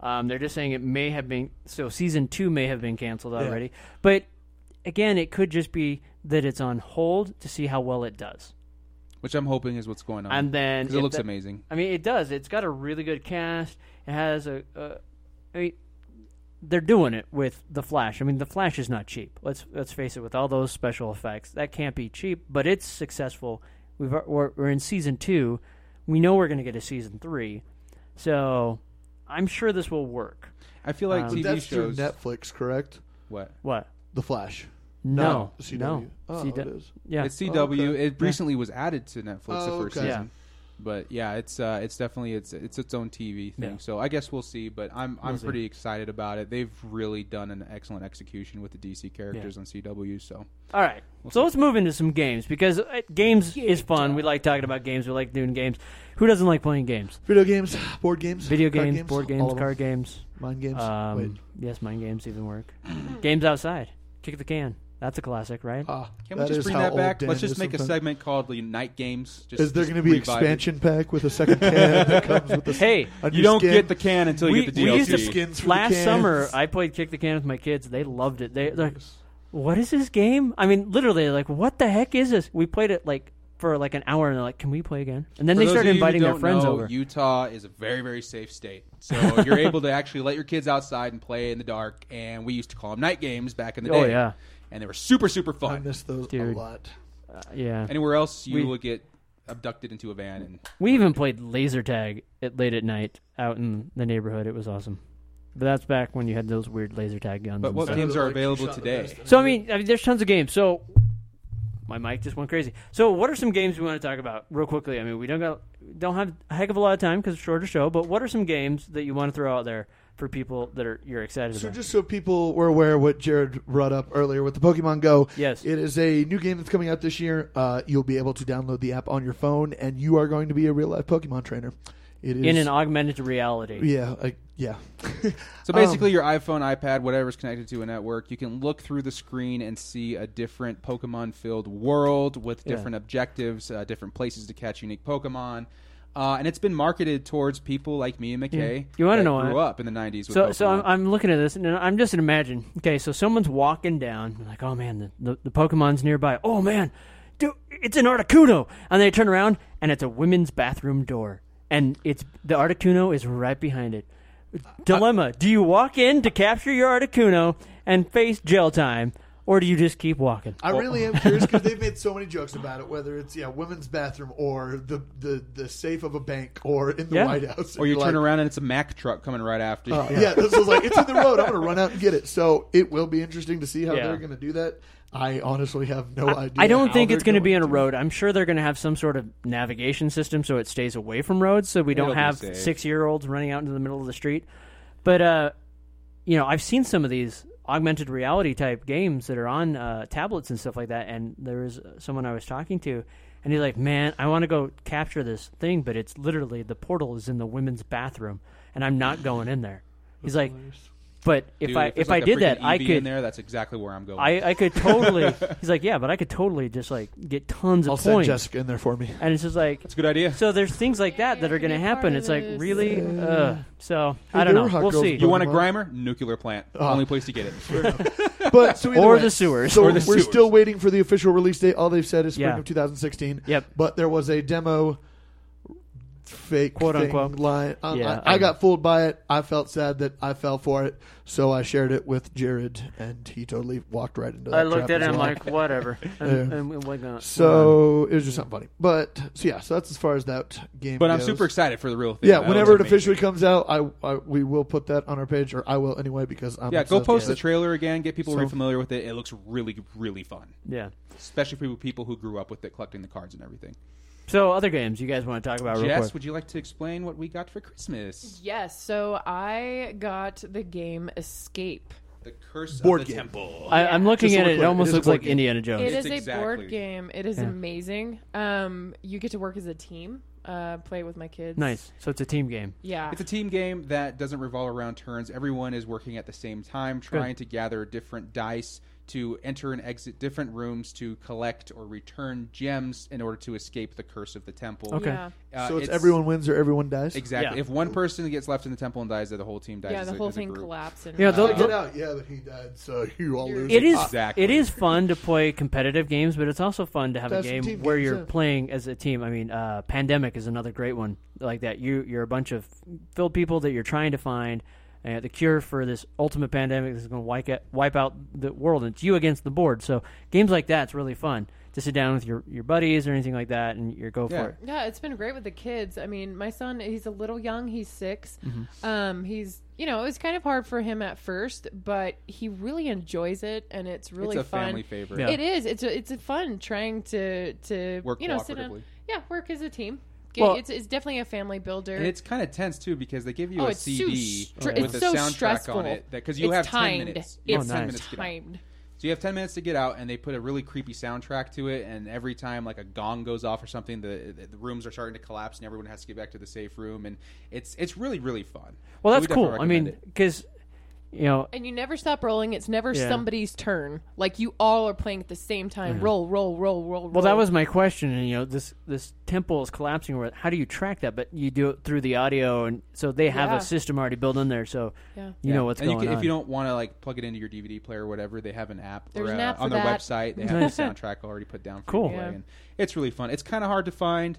[SPEAKER 3] Um, they're just saying it may have been. So season two may have been canceled already. But again, it could just be that it's on hold to see how well it does.
[SPEAKER 1] which I'm hoping is what's going on.
[SPEAKER 3] And then
[SPEAKER 1] 'Cause it
[SPEAKER 3] if
[SPEAKER 1] looks
[SPEAKER 3] the-
[SPEAKER 1] amazing.
[SPEAKER 3] I mean, it does. It's got a really good cast. It has a. a I mean, they're doing it with the Flash. I mean, the Flash is not cheap. Let's let's face it. With all those special effects, that can't be cheap. But it's successful. We've we're, we're in season two. We know we're going to get a season three, so I'm sure this will work.
[SPEAKER 1] I feel like
[SPEAKER 4] But
[SPEAKER 1] TV
[SPEAKER 4] Uh, that's
[SPEAKER 1] shows.
[SPEAKER 4] through Netflix, correct?
[SPEAKER 1] what?
[SPEAKER 3] What?
[SPEAKER 4] The Flash.
[SPEAKER 3] No,
[SPEAKER 4] Not CW.
[SPEAKER 3] no.
[SPEAKER 4] Oh,
[SPEAKER 3] CW.
[SPEAKER 4] it is.
[SPEAKER 3] Yeah,
[SPEAKER 1] It's CW.
[SPEAKER 4] okay.
[SPEAKER 1] It recently was added to Netflix
[SPEAKER 4] Oh,
[SPEAKER 1] the first
[SPEAKER 4] okay.
[SPEAKER 1] season. But yeah, it's uh, it's definitely it's it's its own TV thing.
[SPEAKER 3] Yeah.
[SPEAKER 1] So I guess we'll see. But I'm I'm
[SPEAKER 3] see.
[SPEAKER 1] pretty excited about it. They've really done an excellent execution with the DC characters on CW. So
[SPEAKER 3] All right. so let's move into some games because uh, games is fun. We like talking about games. We like doing games. Who doesn't like playing games?
[SPEAKER 4] Video games, board games,
[SPEAKER 3] Video
[SPEAKER 4] card
[SPEAKER 3] games, board games,
[SPEAKER 4] all of them.
[SPEAKER 3] card games.
[SPEAKER 4] mind games.
[SPEAKER 3] Um,
[SPEAKER 4] Wait,
[SPEAKER 3] Yes, mind games even work. games outside. Kick the can. That's a classic, right?
[SPEAKER 1] Uh,
[SPEAKER 4] ah,
[SPEAKER 1] can we
[SPEAKER 4] that
[SPEAKER 1] just
[SPEAKER 4] is
[SPEAKER 1] bring
[SPEAKER 4] how
[SPEAKER 1] that
[SPEAKER 4] old
[SPEAKER 1] back?
[SPEAKER 4] Dan
[SPEAKER 1] Let's just
[SPEAKER 4] is
[SPEAKER 1] make a
[SPEAKER 4] sometimes.
[SPEAKER 1] segment called the Night Games. Just,
[SPEAKER 4] Is there
[SPEAKER 1] just
[SPEAKER 4] going to be
[SPEAKER 1] revive it.
[SPEAKER 4] expansion pack with a second can that comes with the
[SPEAKER 3] hey,
[SPEAKER 4] a new
[SPEAKER 1] You don't
[SPEAKER 4] skin?
[SPEAKER 1] get the can until you
[SPEAKER 3] we,
[SPEAKER 1] get the DLC.
[SPEAKER 3] we used to
[SPEAKER 4] Skins for the
[SPEAKER 3] last
[SPEAKER 4] cans.
[SPEAKER 3] summer. I played kick the can with my kids. They loved it. They, they're like, "What is this game?" I mean, literally, they're like, "What the heck is this?" We played it like for like an hour, and they're like, "Can we play again?" And then
[SPEAKER 1] For
[SPEAKER 3] they
[SPEAKER 1] those
[SPEAKER 3] started
[SPEAKER 1] of you who
[SPEAKER 3] inviting their
[SPEAKER 1] don't
[SPEAKER 3] friends
[SPEAKER 1] know,
[SPEAKER 3] over.
[SPEAKER 1] Utah is a very, very safe state. So you're able to actually let your kids outside and play in the dark. And we used to call them night games back in the
[SPEAKER 3] Oh,
[SPEAKER 1] day.
[SPEAKER 3] yeah.
[SPEAKER 1] And they were super, super
[SPEAKER 4] I
[SPEAKER 1] fun.
[SPEAKER 4] miss those
[SPEAKER 3] Dude.
[SPEAKER 4] a lot.
[SPEAKER 1] Uh,
[SPEAKER 3] yeah,
[SPEAKER 1] Anywhere else, you
[SPEAKER 3] We-
[SPEAKER 1] will get abducted into a van. And
[SPEAKER 3] we even played laser tag at late at night out in the neighborhood. It was awesome. But that's back when you had those weird laser tag guns.
[SPEAKER 1] But
[SPEAKER 3] and
[SPEAKER 1] what
[SPEAKER 3] stuff.
[SPEAKER 1] games are
[SPEAKER 4] Like,
[SPEAKER 1] available
[SPEAKER 4] shot the
[SPEAKER 1] today?
[SPEAKER 4] best.
[SPEAKER 3] So I mean, I mean, there's tons of games. So my mic just went crazy. So what are some games we want to talk about real quickly? I mean, we don't got don't have a heck of a lot of time because it's a shorter show. But what are some games that you want to throw out there for people that are you're excited
[SPEAKER 4] So
[SPEAKER 3] about?
[SPEAKER 4] just so people were aware of what Jared brought up earlier with the Pokemon Go.
[SPEAKER 3] Yes.
[SPEAKER 4] It is a new game that's coming out this year. Uh, you'll be able to download the app on your phone and you are going to be a real life Pokemon trainer. It is
[SPEAKER 3] In an augmented reality.
[SPEAKER 4] Yeah, I, yeah. Um,
[SPEAKER 3] Um,
[SPEAKER 1] So basically, your iPhone, iPad, whatever's connected to a network, you can look through the screen and see a different Pokemon filled world with different objectives, uh, different places to catch unique Pokemon. Uh, and it's been marketed towards people like me and McKay.
[SPEAKER 3] You wanna
[SPEAKER 1] that
[SPEAKER 3] know
[SPEAKER 1] grew
[SPEAKER 3] what?
[SPEAKER 1] up in the '90s. With
[SPEAKER 3] So, so I'm,
[SPEAKER 1] Pokemon.
[SPEAKER 3] I'm looking at this, and I'm just imagine. Okay, so someone's walking down, like, oh man, the, the, the Pokemon's nearby. Oh man, dude, it's an Articuno, and they turn around, and it's a women's bathroom door, and it's the Articuno is right behind it. Dilemma: Do you walk in to capture your Articuno and face jail time, or do you just keep walking?
[SPEAKER 4] I really am curious because they've made so many jokes about it, whether it's yeah, women's bathroom or the the, the safe of a bank or in the
[SPEAKER 3] Yeah.
[SPEAKER 4] White House,
[SPEAKER 1] Or you
[SPEAKER 4] And
[SPEAKER 1] turn
[SPEAKER 4] like,
[SPEAKER 1] around and it's a Mack truck coming right after
[SPEAKER 3] Oh,
[SPEAKER 1] you.
[SPEAKER 4] uh, yeah. this was like it's in the road. I'm going to run out and get it. So it will be interesting to see how
[SPEAKER 3] Yeah.
[SPEAKER 4] they're going to do that. I honestly have no idea.
[SPEAKER 3] I don't
[SPEAKER 4] how
[SPEAKER 3] think
[SPEAKER 4] they're
[SPEAKER 3] it's going to be
[SPEAKER 4] going
[SPEAKER 3] in a road. I'm sure they're going to have some sort of navigation system so it stays away from roads, so we
[SPEAKER 1] It'll
[SPEAKER 3] don't
[SPEAKER 1] be
[SPEAKER 3] have
[SPEAKER 1] safe.
[SPEAKER 3] six year olds running out into the middle of the street. But uh, you know, I've seen some of these augmented reality type games that are on uh, tablets and stuff like that. And there was someone I was talking to, and he's like, "Man, I want to go capture this thing, but it's literally the portal is in the women's bathroom, and I'm not going in there." He's like, "But if
[SPEAKER 1] Dude,
[SPEAKER 3] I if,
[SPEAKER 1] there's
[SPEAKER 3] I
[SPEAKER 1] like a
[SPEAKER 3] did that,
[SPEAKER 1] freaking E
[SPEAKER 3] I
[SPEAKER 1] EV
[SPEAKER 3] could."
[SPEAKER 1] In there, that's exactly where I'm going.
[SPEAKER 3] I, I could totally. He's like, yeah, but I could totally just like get tons
[SPEAKER 4] To. I'll
[SPEAKER 3] of
[SPEAKER 4] send
[SPEAKER 3] points.
[SPEAKER 4] Jessica in there for me.
[SPEAKER 3] And it's just like,
[SPEAKER 1] it's a good idea.
[SPEAKER 3] so there's things like that that are going to
[SPEAKER 5] Be part
[SPEAKER 3] happen.
[SPEAKER 5] of
[SPEAKER 3] It's like
[SPEAKER 5] this.
[SPEAKER 3] really, uh, so I
[SPEAKER 4] there
[SPEAKER 3] don't
[SPEAKER 4] were
[SPEAKER 3] know.
[SPEAKER 4] hot
[SPEAKER 3] We'll
[SPEAKER 4] girls
[SPEAKER 3] see.
[SPEAKER 1] you
[SPEAKER 4] were-
[SPEAKER 1] want a grimer? Nuclear plant.
[SPEAKER 3] Oh.
[SPEAKER 1] Only place to get it.
[SPEAKER 4] But so either
[SPEAKER 3] Or
[SPEAKER 4] way,
[SPEAKER 3] the sewers.
[SPEAKER 4] So
[SPEAKER 1] Or
[SPEAKER 4] we're
[SPEAKER 1] the sewers.
[SPEAKER 4] still waiting for the official release date. All they've said is spring
[SPEAKER 3] Yeah.
[SPEAKER 4] of 2016.
[SPEAKER 3] Yep.
[SPEAKER 4] But there was a demo fake
[SPEAKER 3] Quote,
[SPEAKER 4] thing
[SPEAKER 3] unquote.
[SPEAKER 4] line. I,
[SPEAKER 3] Yeah,
[SPEAKER 4] I, I
[SPEAKER 3] I-
[SPEAKER 4] got fooled by it. I felt sad that I fell for it. So I shared it with Jared, and he totally walked right into that.
[SPEAKER 3] I looked
[SPEAKER 4] trap
[SPEAKER 3] at
[SPEAKER 4] as
[SPEAKER 3] him
[SPEAKER 4] well.
[SPEAKER 3] like, whatever. And, and we- we're gonna-
[SPEAKER 4] So it was just something funny. But so yeah, so that's as far as that game.
[SPEAKER 1] But I'm
[SPEAKER 4] goes.
[SPEAKER 1] super excited for the real thing.
[SPEAKER 4] Yeah,
[SPEAKER 1] That
[SPEAKER 4] whenever it
[SPEAKER 1] looks amazing.
[SPEAKER 4] officially comes out, I, I we will put that on our page, or I will anyway because I'm
[SPEAKER 1] Yeah, go
[SPEAKER 4] obsessed
[SPEAKER 1] post the
[SPEAKER 4] with it.
[SPEAKER 1] trailer again. Get people
[SPEAKER 4] So-
[SPEAKER 1] re-familiar with it. It looks really, really fun,
[SPEAKER 3] yeah.
[SPEAKER 1] especially for people who grew up with it, collecting the cards and everything.
[SPEAKER 3] So other games you guys want to talk about real
[SPEAKER 1] Jess,
[SPEAKER 3] quick?
[SPEAKER 1] would you like to explain what we got for Christmas?
[SPEAKER 5] Yes, so I got the game Escape.
[SPEAKER 1] The Curse
[SPEAKER 4] Board
[SPEAKER 1] of the
[SPEAKER 4] game.
[SPEAKER 1] Temple.
[SPEAKER 3] I, I'm looking
[SPEAKER 4] Just so
[SPEAKER 3] at it.
[SPEAKER 4] we're
[SPEAKER 3] It
[SPEAKER 4] clear, it
[SPEAKER 3] almost
[SPEAKER 4] is a
[SPEAKER 3] looks
[SPEAKER 4] board
[SPEAKER 3] like
[SPEAKER 4] game.
[SPEAKER 3] Indiana Jones.
[SPEAKER 5] It is
[SPEAKER 1] It's
[SPEAKER 5] a
[SPEAKER 1] exactly-
[SPEAKER 5] board game. It is amazing. Um, you get to work as a team, uh, play with my kids.
[SPEAKER 3] nice. So it's a team game.
[SPEAKER 5] Yeah.
[SPEAKER 1] It's a team game that doesn't revolve around turns. Everyone is working at the same time, trying to gather different dice to enter and exit different rooms to collect or return gems in order to escape the curse of the temple.
[SPEAKER 3] Okay.
[SPEAKER 5] Yeah.
[SPEAKER 1] Uh,
[SPEAKER 4] So it's, everyone wins or everyone dies.
[SPEAKER 1] Exactly.
[SPEAKER 3] Yeah.
[SPEAKER 1] If one person gets left in the temple and dies, then the whole team dies.
[SPEAKER 5] yeah,
[SPEAKER 1] as
[SPEAKER 5] the
[SPEAKER 1] a-
[SPEAKER 5] whole
[SPEAKER 1] as a
[SPEAKER 5] thing
[SPEAKER 1] group.
[SPEAKER 5] collapsed. And
[SPEAKER 3] You know,
[SPEAKER 5] uh,
[SPEAKER 3] tho-
[SPEAKER 4] Get
[SPEAKER 3] tho-
[SPEAKER 4] out, yeah, but he died, so you all lose.
[SPEAKER 3] it is
[SPEAKER 1] Exactly.
[SPEAKER 3] it is fun to play competitive games, but it's also fun to have
[SPEAKER 4] That's
[SPEAKER 3] a
[SPEAKER 4] what
[SPEAKER 3] game
[SPEAKER 4] team
[SPEAKER 3] where
[SPEAKER 4] games
[SPEAKER 3] you're
[SPEAKER 4] are.
[SPEAKER 3] playing as a team. I mean, uh, Pandemic is another great one like that. You you're a bunch of filled people that you're trying to find uh, the cure for this ultimate pandemic that's going to wipe out, wipe out the world. And it's you against the board. So games like that's really fun to sit down with your your buddies or anything like that, and you go
[SPEAKER 1] Yeah.
[SPEAKER 3] for it.
[SPEAKER 5] Yeah, it's been great with the kids. I mean, my son, he's a little young. He's 6
[SPEAKER 1] Mm-hmm.
[SPEAKER 5] Um, he's, you know, it was kind of hard for him at first, but he really enjoys it, and it's really
[SPEAKER 1] it's a
[SPEAKER 5] fun.
[SPEAKER 1] family favorite.
[SPEAKER 3] Yeah.
[SPEAKER 5] It is. It's a, it's a fun trying to to
[SPEAKER 1] Work
[SPEAKER 5] you know sit down.
[SPEAKER 1] cooperatively.
[SPEAKER 5] Yeah, work as a team. Get-
[SPEAKER 3] Well-
[SPEAKER 5] it's, it's definitely a family builder.
[SPEAKER 1] And it's kind of tense too because they give you
[SPEAKER 5] Oh,
[SPEAKER 1] a
[SPEAKER 5] it's so
[SPEAKER 1] CD
[SPEAKER 5] str-
[SPEAKER 1] with
[SPEAKER 5] it's
[SPEAKER 1] a
[SPEAKER 5] so
[SPEAKER 1] soundtrack
[SPEAKER 5] stressful.
[SPEAKER 1] on it because you
[SPEAKER 5] It's
[SPEAKER 1] have ten
[SPEAKER 5] timed.
[SPEAKER 1] minutes.
[SPEAKER 5] It's
[SPEAKER 1] You have ten
[SPEAKER 3] Oh, nice.
[SPEAKER 1] minutes to get out.
[SPEAKER 5] timed.
[SPEAKER 1] So you have ten minutes to get out, and they put a really creepy soundtrack to it. And every time like a gong goes off or something, the the, the rooms are starting to collapse, and everyone has to get back to the safe room. And it's it's really really fun.
[SPEAKER 3] Well,
[SPEAKER 1] So
[SPEAKER 3] that's
[SPEAKER 1] we
[SPEAKER 3] cool.
[SPEAKER 1] definitely
[SPEAKER 3] I mean,
[SPEAKER 1] recommend it.
[SPEAKER 3] because you know
[SPEAKER 5] And you never stop rolling. It's never
[SPEAKER 3] Yeah.
[SPEAKER 5] somebody's turn. Like you all are playing at the same time. Roll, roll, roll, roll, roll.
[SPEAKER 3] Well, that was my question. And you know, this this temple is collapsing. Or how do you track that? But you do it through the audio, and so they have
[SPEAKER 5] Yeah.
[SPEAKER 3] a system already built in there, so
[SPEAKER 5] Yeah.
[SPEAKER 3] you
[SPEAKER 1] Yeah.
[SPEAKER 3] know what's
[SPEAKER 1] and
[SPEAKER 3] going
[SPEAKER 1] you can,
[SPEAKER 3] on.
[SPEAKER 1] If you don't want to like plug it into your DVD player or whatever, they have an app
[SPEAKER 5] There's
[SPEAKER 1] or,
[SPEAKER 5] an
[SPEAKER 1] uh,
[SPEAKER 5] app for
[SPEAKER 1] on their
[SPEAKER 5] that.
[SPEAKER 1] website. They have the soundtrack already put down. For
[SPEAKER 3] Cool.
[SPEAKER 1] You to play,
[SPEAKER 5] Yeah.
[SPEAKER 1] and it's really fun. It's kind of hard to find.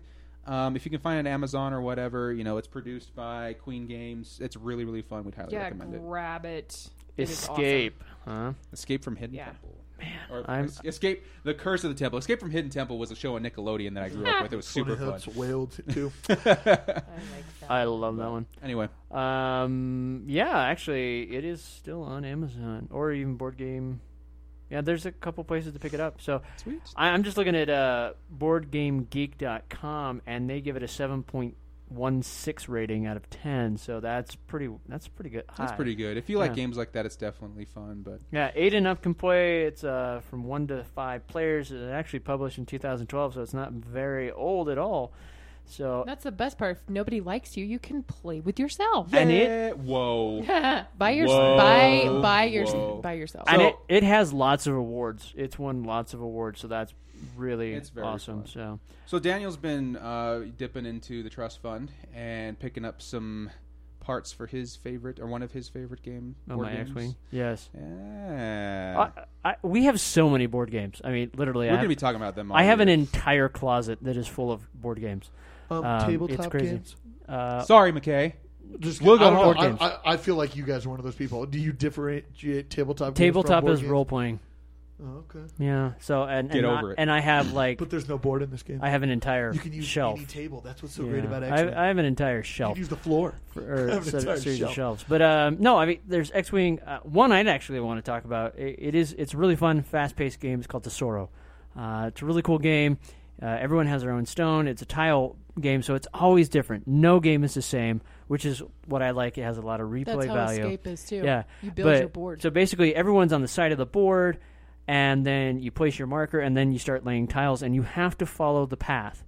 [SPEAKER 1] Um, if you can find it on Amazon or whatever, you know it's produced by Queen Games. It's really really fun. We'd highly
[SPEAKER 5] yeah.
[SPEAKER 1] recommend it.
[SPEAKER 5] Grab it. It is awesome.
[SPEAKER 3] Escape.
[SPEAKER 1] Escape from Hidden
[SPEAKER 5] Yeah.
[SPEAKER 1] Temple. Or
[SPEAKER 3] I'm-
[SPEAKER 1] Es- Escape the Curse of the Temple. Escape from Hidden Temple was a show on Nickelodeon that I grew up with. It was super fun.
[SPEAKER 4] That's wailed too.
[SPEAKER 3] I love that one.
[SPEAKER 1] Anyway,
[SPEAKER 3] Um, yeah, actually, it is still on Amazon or even board game. Yeah, there's a couple places to pick it up. So
[SPEAKER 1] Sweet.
[SPEAKER 3] I, I'm just looking at uh, boardgamegeek.com, and they give it a 7.16 rating out of 10. So that's pretty. That's pretty good.
[SPEAKER 1] that's
[SPEAKER 3] high.
[SPEAKER 1] pretty good. If you like
[SPEAKER 3] Yeah.
[SPEAKER 1] games like that, it's definitely fun. But
[SPEAKER 3] Yeah, eight and up can play. It's uh, from one to five players. It actually published in 2012, so it's not very old at all. So
[SPEAKER 5] That's the best part. If nobody likes you, you can play with yourself.
[SPEAKER 3] and it
[SPEAKER 1] Eh, whoa,
[SPEAKER 5] by your
[SPEAKER 1] Whoa.
[SPEAKER 5] by by your
[SPEAKER 1] Whoa.
[SPEAKER 5] by yourself.
[SPEAKER 3] and it, it has lots of awards. It's won lots of awards, so that's really
[SPEAKER 1] It's very
[SPEAKER 3] awesome.
[SPEAKER 1] fun.
[SPEAKER 3] So
[SPEAKER 1] so Daniel's been uh, dipping into the trust fund and picking up some parts for his favorite or one of his favorite game.
[SPEAKER 3] on oh,
[SPEAKER 1] board
[SPEAKER 3] my Uh,
[SPEAKER 1] games.
[SPEAKER 3] X-wing, yes.
[SPEAKER 1] Yeah.
[SPEAKER 3] I, I, we have so many board games. I mean, literally,
[SPEAKER 1] We're
[SPEAKER 3] I
[SPEAKER 1] gonna
[SPEAKER 3] have,
[SPEAKER 1] be talking about them. All
[SPEAKER 3] I have an
[SPEAKER 1] year.
[SPEAKER 3] entire closet that is full of board games.
[SPEAKER 4] Um,
[SPEAKER 3] Um,
[SPEAKER 4] tabletop
[SPEAKER 3] it's crazy.
[SPEAKER 4] games.
[SPEAKER 3] Uh,
[SPEAKER 1] Sorry, McKay.
[SPEAKER 4] Just
[SPEAKER 3] We'll go
[SPEAKER 4] I don't know,
[SPEAKER 3] board
[SPEAKER 4] I-
[SPEAKER 3] games.
[SPEAKER 4] I, I feel like you guys are one of those people. Do you differentiate tabletop? games from
[SPEAKER 3] tabletop
[SPEAKER 4] board
[SPEAKER 3] is
[SPEAKER 4] games?
[SPEAKER 3] role playing.
[SPEAKER 4] Oh, okay.
[SPEAKER 3] Yeah. So and
[SPEAKER 1] Get
[SPEAKER 3] and, I-
[SPEAKER 1] over it.
[SPEAKER 3] and I have like
[SPEAKER 4] But there's no board in this game.
[SPEAKER 3] I have an entire
[SPEAKER 4] you can use
[SPEAKER 3] shelf.
[SPEAKER 4] any table. That's what's so
[SPEAKER 3] Yeah.
[SPEAKER 4] great about X Men.
[SPEAKER 3] I, I have an entire
[SPEAKER 4] you
[SPEAKER 3] shelf
[SPEAKER 4] can use the floor.
[SPEAKER 3] or
[SPEAKER 4] I have an
[SPEAKER 3] set-
[SPEAKER 4] entire
[SPEAKER 3] series of
[SPEAKER 4] shelf.
[SPEAKER 3] shelves. But um, no, I mean, there's X-wing. Uh, one I'd actually want to talk about. It, it is. It's a really fun, fast-paced game. It's called Tesoro. Uh, it's a really cool game. Uh, everyone has their own stone. It's a tile game, so it's always different. No game is the same, which is what I like. It has a lot of replay
[SPEAKER 5] That's how
[SPEAKER 3] value.
[SPEAKER 5] escape is too.
[SPEAKER 3] Yeah,
[SPEAKER 5] you build
[SPEAKER 3] but-
[SPEAKER 5] your board.
[SPEAKER 3] So basically, everyone's on the side of the board, and then you place your marker, and then you start laying tiles, and you have to follow the path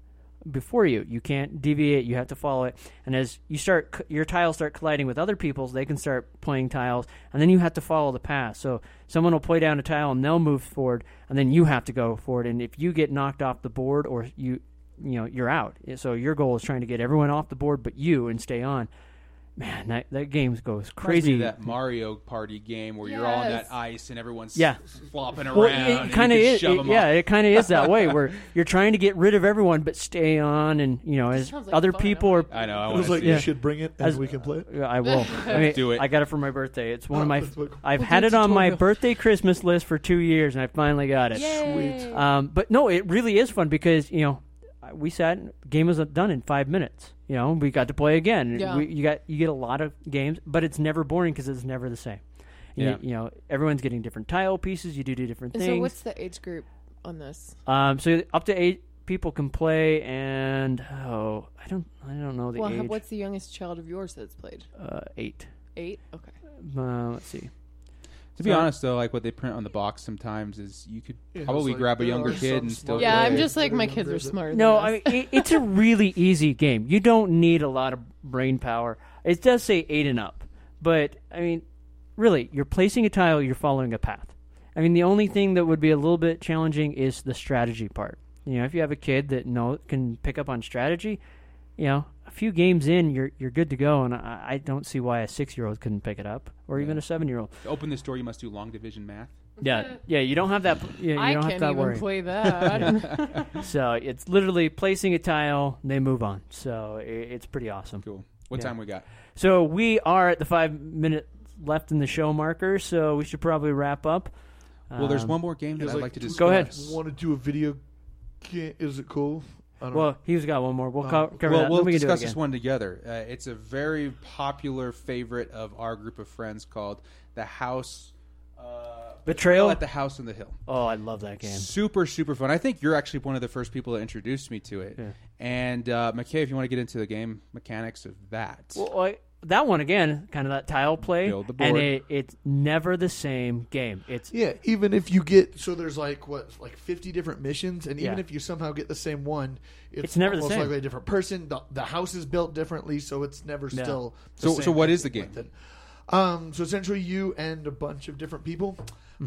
[SPEAKER 3] before you. You can't deviate. You have to follow it, and as you start, c- your tiles start colliding with other people's. They can start playing tiles, and then you have to follow the path. So someone will play down a tile, and they'll move forward, and then you have to go forward. And if you get knocked off the board, or you, you know, you're out. So your goal is trying to get everyone off the board but you and stay on. Man, that, that game goes
[SPEAKER 1] Reminds me
[SPEAKER 3] crazy.
[SPEAKER 1] of that Mario Party game where you're all on
[SPEAKER 5] Yes.
[SPEAKER 1] that ice and everyone's
[SPEAKER 3] Yeah.
[SPEAKER 1] flopping around.
[SPEAKER 3] Well,
[SPEAKER 1] and
[SPEAKER 3] it
[SPEAKER 1] you
[SPEAKER 3] kind of
[SPEAKER 1] can
[SPEAKER 3] is.
[SPEAKER 1] shove
[SPEAKER 3] it-
[SPEAKER 1] 'em
[SPEAKER 3] yeah,
[SPEAKER 1] off.
[SPEAKER 3] it kind of is that way where you're trying to get rid of everyone but stay on, and you know, as
[SPEAKER 5] sounds like
[SPEAKER 3] other
[SPEAKER 5] fun.
[SPEAKER 3] people are.
[SPEAKER 1] I know.
[SPEAKER 4] Oh, I
[SPEAKER 1] I want
[SPEAKER 4] was
[SPEAKER 1] to
[SPEAKER 4] like,
[SPEAKER 1] see
[SPEAKER 3] yeah.
[SPEAKER 4] you should bring it and
[SPEAKER 3] As-
[SPEAKER 4] we can play it.
[SPEAKER 3] Yeah, I will. I mean,
[SPEAKER 1] Do it.
[SPEAKER 3] I got it for my birthday. It's one of
[SPEAKER 4] Oh,
[SPEAKER 3] my.
[SPEAKER 4] that's what-
[SPEAKER 3] I've
[SPEAKER 5] We'll
[SPEAKER 3] had
[SPEAKER 5] do a
[SPEAKER 3] it on my
[SPEAKER 5] tutorial.
[SPEAKER 3] birthday Christmas list for two years, and I finally got it.
[SPEAKER 5] Yay. Sweet.
[SPEAKER 3] Um, but no, it really is fun because you know I- we sat and game was done in five minutes. You know, we got to play again.
[SPEAKER 5] Yeah.
[SPEAKER 3] We, you got you get a lot of games, but it's never boring because it's never the same. You-
[SPEAKER 1] Yeah.
[SPEAKER 3] You, know, everyone's getting different tile pieces. You do, do different
[SPEAKER 5] And
[SPEAKER 3] things.
[SPEAKER 5] so what's the age group on this?
[SPEAKER 3] Um, so up to eight people can play, and oh, I don't, I don't know the
[SPEAKER 5] well,
[SPEAKER 3] age.
[SPEAKER 5] how- what's the youngest child of yours that's played?
[SPEAKER 3] uh, eight?
[SPEAKER 5] Eight. Okay.
[SPEAKER 3] Uh, let's see.
[SPEAKER 1] To be
[SPEAKER 3] So-
[SPEAKER 1] honest, though, like what they print on the box sometimes is you could
[SPEAKER 4] Yeah, it's
[SPEAKER 1] probably
[SPEAKER 4] like
[SPEAKER 1] grab a
[SPEAKER 4] there
[SPEAKER 1] younger
[SPEAKER 4] are
[SPEAKER 1] kid
[SPEAKER 4] some
[SPEAKER 1] and still.
[SPEAKER 4] smart-
[SPEAKER 5] Yeah,
[SPEAKER 1] play
[SPEAKER 5] I'm
[SPEAKER 1] it.
[SPEAKER 5] just like my
[SPEAKER 4] They're
[SPEAKER 5] kids are
[SPEAKER 4] younger than-
[SPEAKER 5] smarter.
[SPEAKER 3] No,
[SPEAKER 5] than
[SPEAKER 3] I
[SPEAKER 5] us.
[SPEAKER 3] mean it, it's a really easy game. You don't need a lot of brain power. It does say eight and up, but I mean, really, you're placing a tile, you're following a path. I mean, the only thing that would be a little bit challenging is the strategy part. You know, if you have a kid that know can pick up on strategy, you know, a few games in, you're you're good to go. And I, I don't see why a six year old couldn't pick it up, or even a seven year old.
[SPEAKER 1] To open this door, you must do long division math.
[SPEAKER 3] Yeah, yeah, you don't have that. Yeah, you
[SPEAKER 5] I
[SPEAKER 3] don't
[SPEAKER 5] can't
[SPEAKER 3] have that
[SPEAKER 5] even
[SPEAKER 3] worry.
[SPEAKER 5] play that.
[SPEAKER 3] So it's literally placing a tile, they move on. So i- it's pretty awesome.
[SPEAKER 1] Cool. What
[SPEAKER 3] Yeah.
[SPEAKER 1] time we got?
[SPEAKER 3] So we are at the five minute left in the show marker, so we should probably wrap up.
[SPEAKER 1] Well, there's
[SPEAKER 3] Um,
[SPEAKER 1] one more game that
[SPEAKER 4] It's
[SPEAKER 1] I'd
[SPEAKER 4] like,
[SPEAKER 1] like to
[SPEAKER 4] do we
[SPEAKER 1] discuss.
[SPEAKER 3] Go ahead.
[SPEAKER 4] Want to do a video game? Is it cool? I don't
[SPEAKER 3] Well, he's got one more. We'll co- cover
[SPEAKER 1] Uh, Well,
[SPEAKER 3] that.
[SPEAKER 1] we'll
[SPEAKER 3] then we can do it
[SPEAKER 1] discuss
[SPEAKER 3] again.
[SPEAKER 1] this one together. Uh, it's a very popular favorite of our group of friends called The House. Uh,
[SPEAKER 3] Betrayal?
[SPEAKER 1] at the House on the Hill.
[SPEAKER 3] Oh, I love that game.
[SPEAKER 1] Super, super fun. I think you're actually one of the first people that introduced me to it. And uh, McKay, if you want to get into the game mechanics of that,
[SPEAKER 3] Well, I- that one again, kind of that tile play,
[SPEAKER 1] Build the
[SPEAKER 3] and
[SPEAKER 1] board.
[SPEAKER 3] it, it's never the same game. It's
[SPEAKER 4] Yeah, even if you get so there's like what like 50 different missions, and even
[SPEAKER 3] Yeah.
[SPEAKER 4] if you somehow get the same one, it's,
[SPEAKER 3] It's never the
[SPEAKER 4] almost
[SPEAKER 3] same.
[SPEAKER 4] likely a different person. The, the house is built differently, so it's never
[SPEAKER 3] Yeah.
[SPEAKER 4] still. The
[SPEAKER 1] So-
[SPEAKER 4] same
[SPEAKER 1] so what is the game?
[SPEAKER 4] method. Um, so essentially, you and a bunch of different people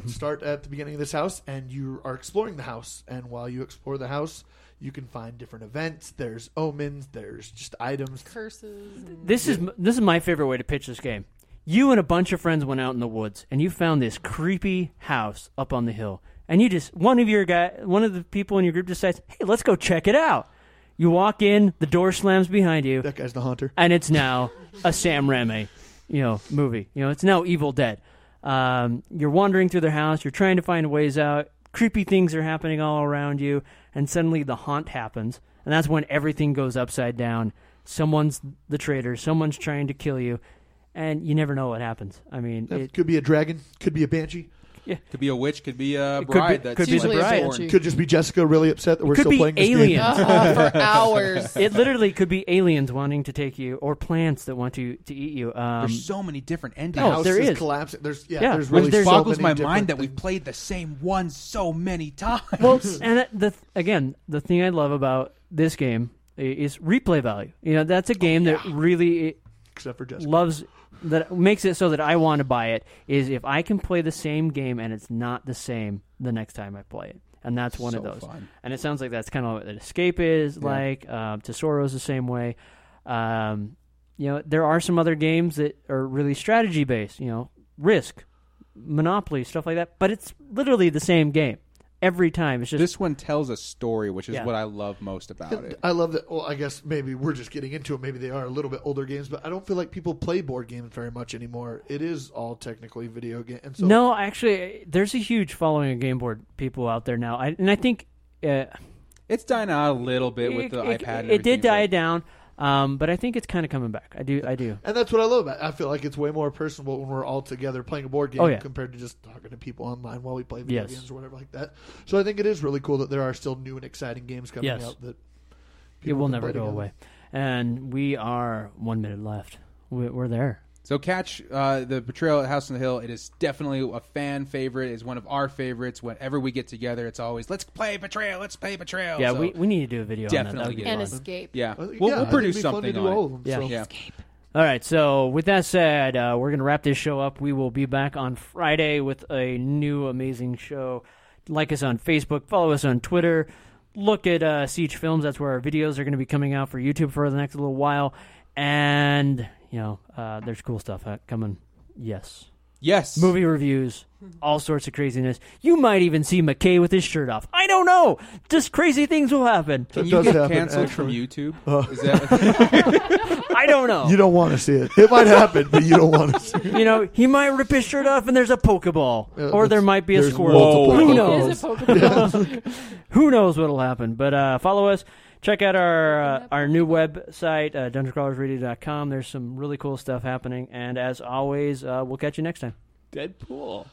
[SPEAKER 4] start at the beginning of this house, and you are exploring the house. And while you explore the house, you can find different events. There's omens. There's just items.
[SPEAKER 5] Curses. and-
[SPEAKER 3] This is this is my favorite way to pitch this game. You and a bunch of friends went out in the woods and you found this creepy house up on the hill. And you just one of your guy, one of the people in your group decides, "Hey, let's go check it out." You walk in, the door slams behind you,
[SPEAKER 4] That guy's the haunter.
[SPEAKER 3] and it's now a Sam Raimi, you know, movie. You know, it's now Evil Dead. Um, you're wandering through their house. You're trying to find ways out. Creepy things are happening all around you, and suddenly the haunt happens, and that's when everything goes upside down. Someone's the traitor. Someone's trying to kill you, and you never know what happens. I mean,
[SPEAKER 4] That
[SPEAKER 3] it,
[SPEAKER 4] could be a dragon. Could be a banshee.
[SPEAKER 1] could be a witch, could be a
[SPEAKER 3] could be-
[SPEAKER 1] bride. that's
[SPEAKER 3] could be the
[SPEAKER 1] slightly
[SPEAKER 3] bride.
[SPEAKER 1] torn.
[SPEAKER 5] Banshee.
[SPEAKER 4] Could just be Jessica really upset that we're
[SPEAKER 3] could
[SPEAKER 4] still
[SPEAKER 3] be
[SPEAKER 4] playing this game.
[SPEAKER 3] aliens.
[SPEAKER 5] Oh, for hours.
[SPEAKER 3] it literally could be aliens wanting to take you, or plants that want to to eat you. Um,
[SPEAKER 1] There's so many different endings.
[SPEAKER 3] Oh,
[SPEAKER 4] house
[SPEAKER 3] there
[SPEAKER 4] is,
[SPEAKER 3] is.
[SPEAKER 4] collapsing. There's yeah,
[SPEAKER 3] Yeah.
[SPEAKER 4] there's
[SPEAKER 3] Which
[SPEAKER 4] really
[SPEAKER 1] Which
[SPEAKER 4] so
[SPEAKER 1] boggles
[SPEAKER 4] many
[SPEAKER 1] my
[SPEAKER 4] different
[SPEAKER 1] mind that we've
[SPEAKER 4] things.
[SPEAKER 1] played the same one so many times.
[SPEAKER 3] well, and that- the th- again, the thing I love about this game i- is replay value. You know,
[SPEAKER 1] Oh,
[SPEAKER 3] that's a game that really
[SPEAKER 4] except for Jessica.
[SPEAKER 3] loves that makes it so that I want to buy it. Is if I can play the same game and it's not the same the next time I play it, and that's one of
[SPEAKER 1] So
[SPEAKER 3] those.
[SPEAKER 1] fun.
[SPEAKER 3] And it sounds like that's kind of what Escape is like. Um, Tesoro's the same way. Um, you know, there are some other games that are really strategy based. You know, Risk, Monopoly, stuff like that. But it's literally the same game. every time. It's just
[SPEAKER 1] This one tells a story, which is
[SPEAKER 3] Yeah.
[SPEAKER 1] what I love most about it.
[SPEAKER 4] I love that. Well, I guess maybe we're just getting into it. Maybe they are a little bit older games, but I don't feel like people play board games very much anymore. It is all technically video game. And so
[SPEAKER 3] No, actually, there's a huge following of game board people out there now, I, and I think uh,
[SPEAKER 1] It's dying out a little bit with
[SPEAKER 3] it,
[SPEAKER 1] the
[SPEAKER 3] it-
[SPEAKER 1] iPad. and
[SPEAKER 3] it did
[SPEAKER 1] everything, but-
[SPEAKER 3] die down, um, but I think it's kind of coming back. I do, I do.
[SPEAKER 4] And that's what I love about it. I feel like it's way more personable when we're all together playing a board game
[SPEAKER 3] Oh, yeah.
[SPEAKER 4] compared to just talking to people online while we play video
[SPEAKER 3] Yes.
[SPEAKER 4] games or whatever like that. So I think it is really cool that there are still new and exciting games coming
[SPEAKER 3] Yes.
[SPEAKER 4] out that
[SPEAKER 3] It
[SPEAKER 4] people
[SPEAKER 3] will
[SPEAKER 4] can
[SPEAKER 3] never
[SPEAKER 4] play
[SPEAKER 3] go
[SPEAKER 4] together.
[SPEAKER 3] away, and we are one minute left. We, we're there.
[SPEAKER 1] So catch uh, the Betrayal at House on the Hill. It is definitely a fan favorite. It's one of our favorites. Whenever we get together, it's always let's play Betrayal. Let's play Betrayal.
[SPEAKER 3] Yeah,
[SPEAKER 1] Oh, So-
[SPEAKER 3] we, we need to do a video. on that. That
[SPEAKER 1] Definitely
[SPEAKER 3] would be
[SPEAKER 1] get
[SPEAKER 5] and
[SPEAKER 3] fun.
[SPEAKER 5] escape.
[SPEAKER 4] I
[SPEAKER 1] yeah.
[SPEAKER 4] think-
[SPEAKER 1] We'll,
[SPEAKER 4] uh, yeah,
[SPEAKER 1] we'll
[SPEAKER 4] I think
[SPEAKER 1] produce
[SPEAKER 4] it'd be fun to
[SPEAKER 1] something
[SPEAKER 4] do
[SPEAKER 1] on
[SPEAKER 4] all
[SPEAKER 1] it.
[SPEAKER 4] of them,
[SPEAKER 3] Yeah.
[SPEAKER 4] so.
[SPEAKER 1] Yeah.
[SPEAKER 3] All right, so with that said, uh, we're going to wrap this show up. We will be back on Friday with a new amazing show. Like us on Facebook, follow us on Twitter, look at uh, Siege Films. That's where our videos are going to be coming out for YouTube for the next little while. And, you know, uh, there's cool stuff uh, coming. Yes.
[SPEAKER 1] Yes.
[SPEAKER 3] Movie reviews, all sorts of craziness. You might even see McKay with his shirt off. I don't know. Just crazy things will happen.
[SPEAKER 4] That
[SPEAKER 1] Can you
[SPEAKER 4] does
[SPEAKER 1] get
[SPEAKER 4] happen,
[SPEAKER 1] canceled
[SPEAKER 4] actually. Uh.
[SPEAKER 1] from YouTube? Is that
[SPEAKER 3] I don't know.
[SPEAKER 4] You don't want to see it. It might happen, but you don't want to see it.
[SPEAKER 3] you know, he might rip his shirt off and there's a Pokeball. or there
[SPEAKER 4] that's-
[SPEAKER 3] might be a
[SPEAKER 4] there's
[SPEAKER 3] squirrel.
[SPEAKER 1] multiple
[SPEAKER 3] Who
[SPEAKER 1] Pokeballs.
[SPEAKER 5] It
[SPEAKER 3] knows?
[SPEAKER 5] is a Pokemon.
[SPEAKER 3] Who knows what'll happen? But uh, follow us. Check out our uh, our new website, uh, dungeoncrawlersradio.com. There's some really cool stuff happening. And as always, uh, we'll catch you next time.
[SPEAKER 1] Deadpool.